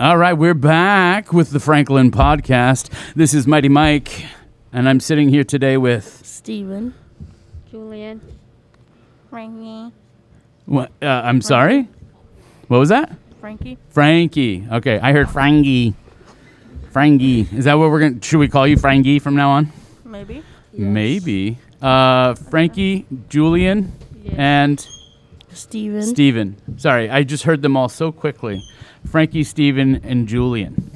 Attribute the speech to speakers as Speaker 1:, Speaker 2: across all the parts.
Speaker 1: All right, we're back with the Franklin podcast. This is Mighty Mike, and I'm sitting here today with
Speaker 2: Steven.
Speaker 3: Julian.
Speaker 4: Frankie.
Speaker 1: what? Uh, I'm sorry. What was that?
Speaker 4: Frankie.
Speaker 1: Frankie. Okay, I heard Frankie. Frankie. Is that what we're gonna? Should we call you Frankie from now on?
Speaker 4: Maybe.
Speaker 1: Maybe. Uh, Frankie, Julian,
Speaker 3: Yes.
Speaker 1: and
Speaker 2: Steven.
Speaker 4: Mm-hmm.
Speaker 1: Steven. Sorry, I just heard them all so quickly. Frankie, Steven, and Julian.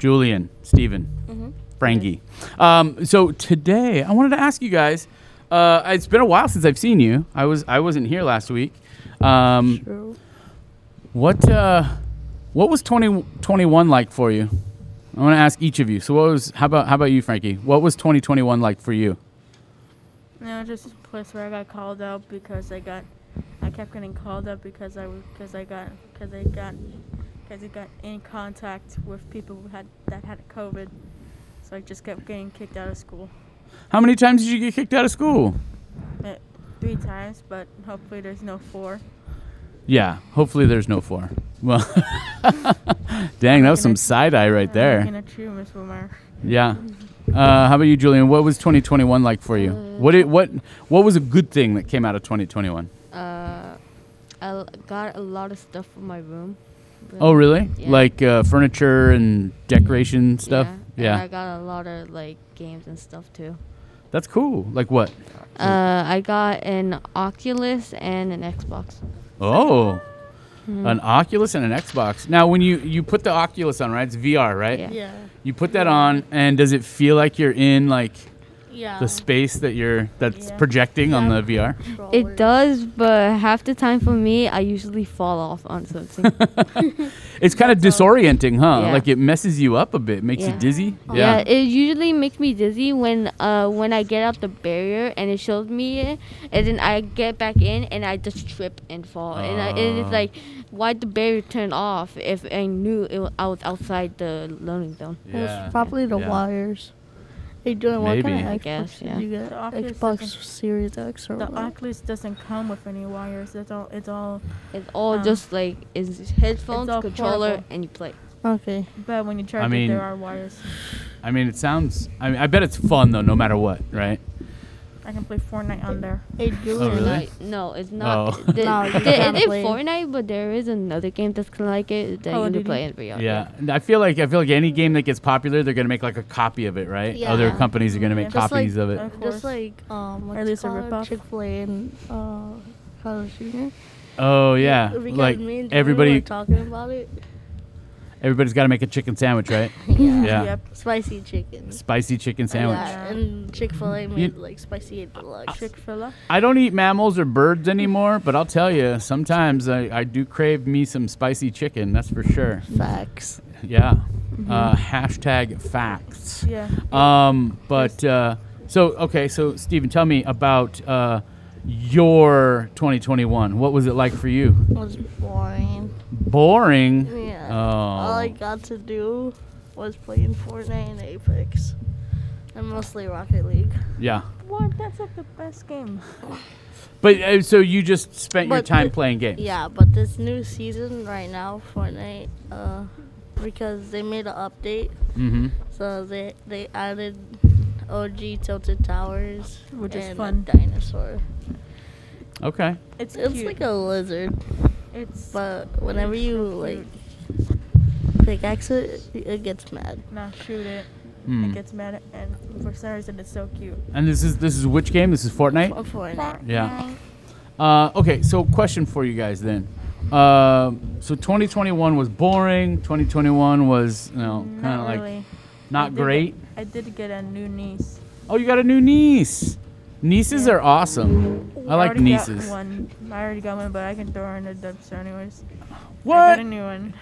Speaker 1: Julian, Steven, Frankie. Um, so today, I wanted to ask you guys. Uh, it's been a while since I've seen you. I was I wasn't here last week. Um,
Speaker 2: True.
Speaker 1: what uh, what was 2021 like for you? I want to ask each of you. So what was how about how about you, Frankie? What was 2021 like for you?
Speaker 4: No, just a place where I got called out because I got, I kept getting called up because I was, because I got, because I got, because I got in contact with people who had that had COVID, so I just kept getting kicked out of school
Speaker 1: How many times did you get kicked out of school?
Speaker 4: Uh, three times, but hopefully there's no four.
Speaker 1: Yeah. Hopefully, there's no four. Well, dang, that was some side eye right
Speaker 4: I'm
Speaker 1: there.
Speaker 4: gonna chew Miss Wilmer.
Speaker 1: Yeah. Uh, how about you, Julian? What was 2021 like for you? What did, what what was a good thing that came out of 2021?
Speaker 3: Uh, I l- got a lot of stuff for my room.
Speaker 1: Oh, really?
Speaker 3: Yeah.
Speaker 1: Like uh, furniture and decoration stuff.
Speaker 3: Yeah. and
Speaker 1: Yeah. Hmm.
Speaker 3: I got a lot of like games and stuff too.
Speaker 1: That's cool. Like what?
Speaker 3: Uh, I got an Oculus and an Xbox.
Speaker 1: Oh.
Speaker 3: Hmm.
Speaker 1: An Oculus and an Xbox. Now, when you you put the Oculus on, right? It's VR, right?
Speaker 3: Yeah.
Speaker 4: Yeah.
Speaker 1: You put that on, and does it feel like you're in like
Speaker 4: Yeah.
Speaker 3: Uh-huh.
Speaker 1: the space that you're that's
Speaker 4: Yeah.
Speaker 1: projecting on the VR?
Speaker 4: Oh,
Speaker 3: It does, but half the time for me, I usually fall off on something.
Speaker 1: It's kind of disorienting, huh?
Speaker 3: Yeah.
Speaker 1: Like it messes you up a bit, makes you
Speaker 3: Yeah.
Speaker 1: dizzy.
Speaker 2: Oh,
Speaker 3: yeah. It usually makes me dizzy when uh when I get out the barrier and it shows me it, and then I get back in and I just trip and fall. And I, and
Speaker 1: Oh.
Speaker 3: it's like, why'd the barrier turn off if I knew it, wa- I was outside the loading zone?
Speaker 1: Yeah.
Speaker 2: It's probably the
Speaker 1: Yeah.
Speaker 2: wires. Are you doing what
Speaker 1: Maybe.
Speaker 2: kind of
Speaker 1: I
Speaker 2: Xbox
Speaker 3: guess,
Speaker 2: did
Speaker 3: yeah.
Speaker 2: you get?
Speaker 4: The Oculus
Speaker 2: Xbox
Speaker 4: doesn't-
Speaker 2: Series X or
Speaker 4: The
Speaker 2: what?
Speaker 4: Oculus doesn't come with any wires. It's all. It's all.
Speaker 3: It's all
Speaker 4: Um,
Speaker 3: just like it's headphones,
Speaker 4: all
Speaker 3: controller,
Speaker 4: portable.
Speaker 3: and you play.
Speaker 2: Okay.
Speaker 4: But when you charge
Speaker 1: mean-
Speaker 4: it, there are wires.
Speaker 1: I mean, it sounds. I mean, I bet it's fun though, no matter what, right?
Speaker 4: I can play Fortnite on there.
Speaker 2: Hey, Julian.
Speaker 1: Oh, really?
Speaker 3: Like, no, it's not.
Speaker 1: Oh.
Speaker 3: The,
Speaker 2: No, you
Speaker 3: the-
Speaker 2: can't
Speaker 3: it is
Speaker 2: play.
Speaker 3: Fortnite, but there is another game that's kind of like it that
Speaker 4: Call
Speaker 3: you
Speaker 4: of Duty?
Speaker 3: can play in VR.
Speaker 1: Yeah. And I feel like I feel like any game that gets popular, they're gonna make like a copy of it, right? Other
Speaker 2: Yeah.
Speaker 1: companies are gonna make
Speaker 4: Just
Speaker 2: like- uh,
Speaker 1: copies of it.
Speaker 4: Of
Speaker 2: Just
Speaker 4: course.
Speaker 2: like um,
Speaker 4: Or at least a ripoff.
Speaker 2: Chick Fil A and uh, Carlos Jr.
Speaker 1: oh yeah.
Speaker 2: Because
Speaker 1: Like
Speaker 2: me and Julian were
Speaker 1: everybody,
Speaker 2: talking about it.
Speaker 1: everybody's got to make a chicken sandwich, right?
Speaker 2: Yeah.
Speaker 1: Yeah.
Speaker 4: Yep.
Speaker 2: Spicy chicken.
Speaker 1: Spicy chicken sandwich.
Speaker 2: Yeah, and Chick Fil A made like spicy and deluxe.
Speaker 4: Chick Fil A.
Speaker 1: I don't eat mammals or birds anymore, but I'll tell you, sometimes I, I do crave me some spicy chicken. That's for sure.
Speaker 2: Facts.
Speaker 1: Yeah.
Speaker 2: Mm-hmm.
Speaker 1: Uh, hashtag facts.
Speaker 4: Yeah.
Speaker 1: Um, but uh, so okay, so Stephen, tell me about uh, your 2021. What was it like for you?
Speaker 2: was boring.
Speaker 1: Boring.
Speaker 2: Yeah. All I
Speaker 1: Oh,
Speaker 2: got to do was playing Fortnite and Apex, and mostly Rocket League.
Speaker 1: yeah.
Speaker 4: What? That's like the best game.
Speaker 1: But uh, so you just spent your
Speaker 2: But
Speaker 1: time
Speaker 2: the-
Speaker 1: playing games.
Speaker 2: Yeah, but this new season right now, Fortnite, uh, because they made an update,
Speaker 1: Mm-hmm.
Speaker 2: so they they added OG Tilted Towers,
Speaker 4: Which is
Speaker 2: and
Speaker 4: fun.
Speaker 2: a dinosaur.
Speaker 1: Okay.
Speaker 4: It's,
Speaker 2: It's
Speaker 4: cute.
Speaker 2: like a lizard,
Speaker 4: It's
Speaker 2: but whenever
Speaker 4: it's
Speaker 2: you
Speaker 4: so
Speaker 2: like
Speaker 4: cute.
Speaker 2: pickaxe it, it gets mad.
Speaker 4: Nah, shoot it.
Speaker 1: Mm.
Speaker 4: It gets mad, and for some reason, it's so cute.
Speaker 1: And this is this is which game? This is Fortnite.
Speaker 2: For Fortnite.
Speaker 1: Yeah. Uh, okay, so question for you guys then. Um so 2021 was boring. 2021 was you know kind
Speaker 4: Mm,
Speaker 1: of
Speaker 4: Not
Speaker 1: like
Speaker 4: really. I
Speaker 1: not
Speaker 4: did
Speaker 1: great.
Speaker 4: get- I did get a new niece.
Speaker 1: Oh, you got a new niece. Nieces
Speaker 4: Yeah.
Speaker 1: are awesome. I like
Speaker 4: already got
Speaker 1: nieces.
Speaker 4: one. I already got one, but I can throw her in the dumpster anyways. I got a
Speaker 1: What?
Speaker 4: new one.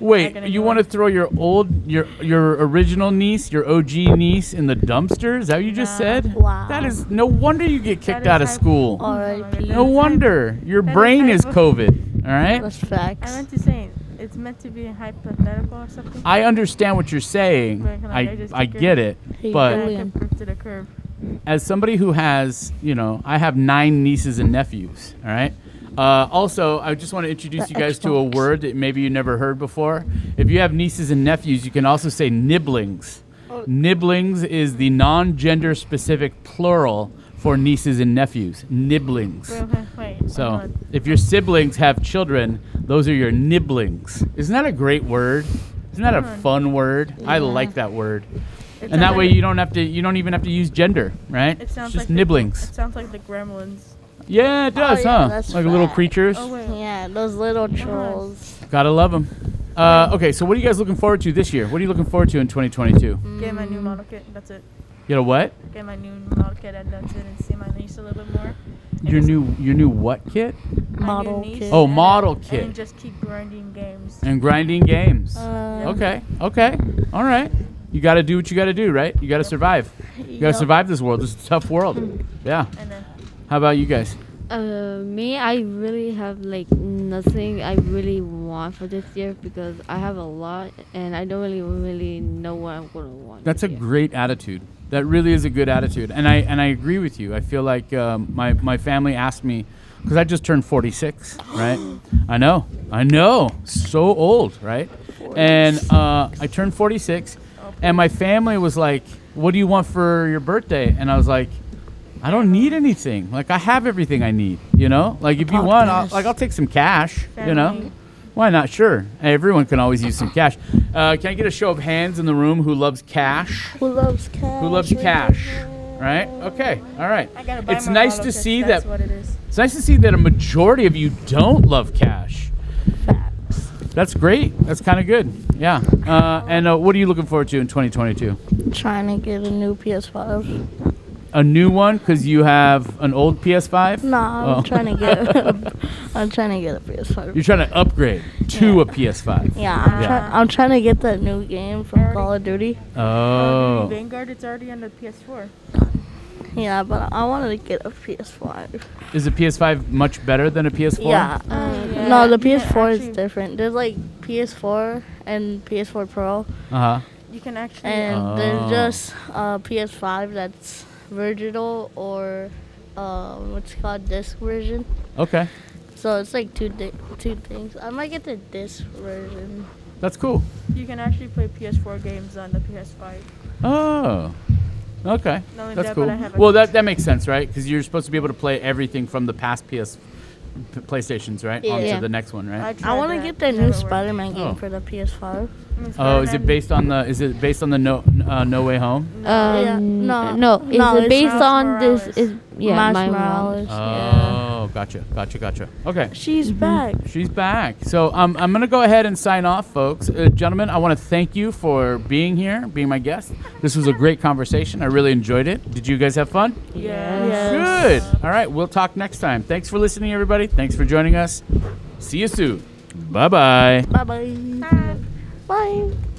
Speaker 1: Wait,
Speaker 4: got a
Speaker 1: you
Speaker 4: new
Speaker 1: want to
Speaker 4: one.
Speaker 1: throw your old your your original niece, your OG niece in the dumpster? Is that what you just
Speaker 4: Nah.
Speaker 1: said?
Speaker 2: Wow.
Speaker 1: That is no wonder you get kicked
Speaker 4: is
Speaker 1: out of
Speaker 4: how-
Speaker 1: school.
Speaker 2: R.I.P.
Speaker 1: no
Speaker 4: that is
Speaker 1: wonder. Your
Speaker 4: that is
Speaker 1: brain
Speaker 4: how-
Speaker 1: is COVID, all right?
Speaker 2: That's
Speaker 4: I
Speaker 2: facts.
Speaker 4: meant to say it's meant to be hypothetical or something.
Speaker 1: I understand what you're saying.
Speaker 4: Like, like, I
Speaker 1: I
Speaker 4: just
Speaker 1: I
Speaker 4: kicked her.
Speaker 1: get it.
Speaker 2: Hey,
Speaker 1: But
Speaker 4: And I
Speaker 2: Julian.
Speaker 4: kept her to the curb.
Speaker 1: as somebody who has, you know, I have nine nieces and nephews, all right? Uh, also, I just want to introduce
Speaker 5: The
Speaker 1: you guys to a
Speaker 5: Xbox.
Speaker 1: word that maybe you never heard before. If you have nieces and nephews, you can also say nibblings.
Speaker 5: Oh.
Speaker 1: Nibblings is the non gender specific plural for nieces and nephews. Nibblings.
Speaker 4: Wait, wait, wait, hold
Speaker 1: So
Speaker 4: on.
Speaker 1: if your siblings have children, those are your nibblings. Isn't that a great word? Isn't that a
Speaker 4: Mhm.
Speaker 1: fun word? I like that word.
Speaker 4: It
Speaker 1: and
Speaker 4: sounds
Speaker 1: that way
Speaker 4: like-
Speaker 1: you don't have to you don't even have to use gender, right?
Speaker 4: It sounds
Speaker 1: it's just
Speaker 4: like the-
Speaker 1: nibblings.
Speaker 4: It sounds like the Gremlins.
Speaker 1: yeah, it
Speaker 2: Oh,
Speaker 1: does,
Speaker 2: yeah,
Speaker 1: huh?
Speaker 2: that's
Speaker 1: like little
Speaker 2: fat.
Speaker 1: creatures.
Speaker 4: Oh wait.
Speaker 2: Yeah, those little trolls.
Speaker 1: Gotta love them. Uh, okay, so what are you guys looking forward to this year? What are you looking forward to in 2022?
Speaker 4: Get my
Speaker 2: Mm.
Speaker 4: new model kit. That's it.
Speaker 1: You know what?
Speaker 4: Get my new model kit, and that's it. And see my niece a little bit more. And
Speaker 1: Your
Speaker 4: just-
Speaker 1: new your new what kit?
Speaker 4: my new
Speaker 2: model
Speaker 4: niece,
Speaker 2: kit.
Speaker 1: Oh,
Speaker 4: and- uh,
Speaker 1: model
Speaker 4: And
Speaker 1: kit.
Speaker 4: just keep grinding games.
Speaker 1: And grinding games.
Speaker 2: Uh,
Speaker 1: Okay. Okay. All right. You got to do what you got to do, right? You got to survive. You got to
Speaker 2: Yup.
Speaker 1: survive this world. This is a tough world. Yeah.
Speaker 4: And then
Speaker 1: How about you guys?
Speaker 3: Uh, me, I really have like nothing I really want for this year because I have a lot and I don't really really know what I'm gonna want.
Speaker 1: That's a
Speaker 3: this year.
Speaker 1: great attitude. That really is a good attitude, and I and I agree with you. I feel like um, my my family asked me because I just turned 46, right? I know, I know, so old, right? And uh, I turned 46, and my family was like, "What do you want for your birthday?" And I was like, "I don't need anything. Like I have everything I need. You know, like if you want, I'll, like I'll take some cash. You know."
Speaker 4: Family.
Speaker 1: Why not? Sure. Everyone can always use some cash. Uh, can I get a show of hands in the room who loves cash?
Speaker 2: Who loves cash?
Speaker 1: Who loves
Speaker 2: Who
Speaker 1: cash?
Speaker 2: doesn't?
Speaker 1: Right? Okay. All right.
Speaker 4: I gotta buy
Speaker 1: It's
Speaker 4: my
Speaker 1: nice
Speaker 4: model
Speaker 1: to
Speaker 4: kit,
Speaker 1: see
Speaker 4: that's
Speaker 1: that.
Speaker 4: what it is.
Speaker 1: It's nice to see that a majority of you don't love cash. That's great. That's kind of good. Yeah. Uh, and uh, what are you looking forward to in 2022?
Speaker 2: Trying to get a new PS5.
Speaker 1: A new one because you have an old PS5.
Speaker 2: No, I'm
Speaker 1: Oh.
Speaker 2: trying to get. A, I'm trying to get a PS5.
Speaker 1: You're trying to upgrade to a PS5.
Speaker 2: yeah, I'm,
Speaker 1: Yeah.
Speaker 2: Try- I'm trying to get that new game from Call of Duty.
Speaker 1: Oh.
Speaker 4: Vanguard, it's already on the PS4.
Speaker 2: Yeah, but I wanted to get a PS5.
Speaker 1: Is a PS5 much better than a PS4?
Speaker 2: Yeah. um,
Speaker 3: yeah.
Speaker 2: No, the
Speaker 4: Yeah,
Speaker 2: PS4
Speaker 4: actually-
Speaker 2: is different. There's like PS4 and PS4 Pro,
Speaker 1: Uh huh.
Speaker 4: You can actually.
Speaker 2: and
Speaker 1: Oh.
Speaker 2: there's just uh, PS5 that's virtual or um, what's it called disc version.
Speaker 1: Okay.
Speaker 2: So it's like two di- two things. I might get the disc version.
Speaker 1: That's cool.
Speaker 4: You can actually play PS4 games on the PS5.
Speaker 1: Oh. Okay.
Speaker 4: Not only
Speaker 1: That's
Speaker 4: that,
Speaker 1: cool.
Speaker 4: but I have a-
Speaker 1: Well, that, that makes sense, right? Because you're supposed to be able to play everything from the past PS p- PlayStations, right?
Speaker 2: Yeah.
Speaker 1: Onto
Speaker 3: Yeah.
Speaker 1: the next one, right?
Speaker 2: I
Speaker 4: tried
Speaker 2: want to
Speaker 4: that,
Speaker 2: get that
Speaker 4: never
Speaker 2: new
Speaker 4: worked.
Speaker 2: Spider-Man game
Speaker 1: Oh.
Speaker 2: for the PS5.
Speaker 4: I mean,
Speaker 1: Oh, is it
Speaker 4: Spider-Man-
Speaker 1: based on the? Is it based on the No uh, No Way Home?
Speaker 3: Um, no,
Speaker 2: Yeah, no,
Speaker 3: no, it's
Speaker 2: no, it's
Speaker 3: based
Speaker 4: Miles
Speaker 3: on this.
Speaker 4: Morales.
Speaker 3: Is yeah,
Speaker 2: Miles
Speaker 3: Miles
Speaker 2: Morales.
Speaker 1: Oh,
Speaker 3: Yeah.
Speaker 1: gotcha, gotcha, gotcha. Okay.
Speaker 2: She's back.
Speaker 1: She's back. So um, I'm going to go ahead and sign off, folks. Uh, gentlemen, I want to thank you for being here, being my guest. This was a great conversation. I really enjoyed it. Did you guys have fun?
Speaker 4: Yeah.
Speaker 1: Good. All right. We'll talk next time. Thanks for listening, everybody. Thanks for joining us. See you soon. Bye bye.
Speaker 2: Bye bye. Bye.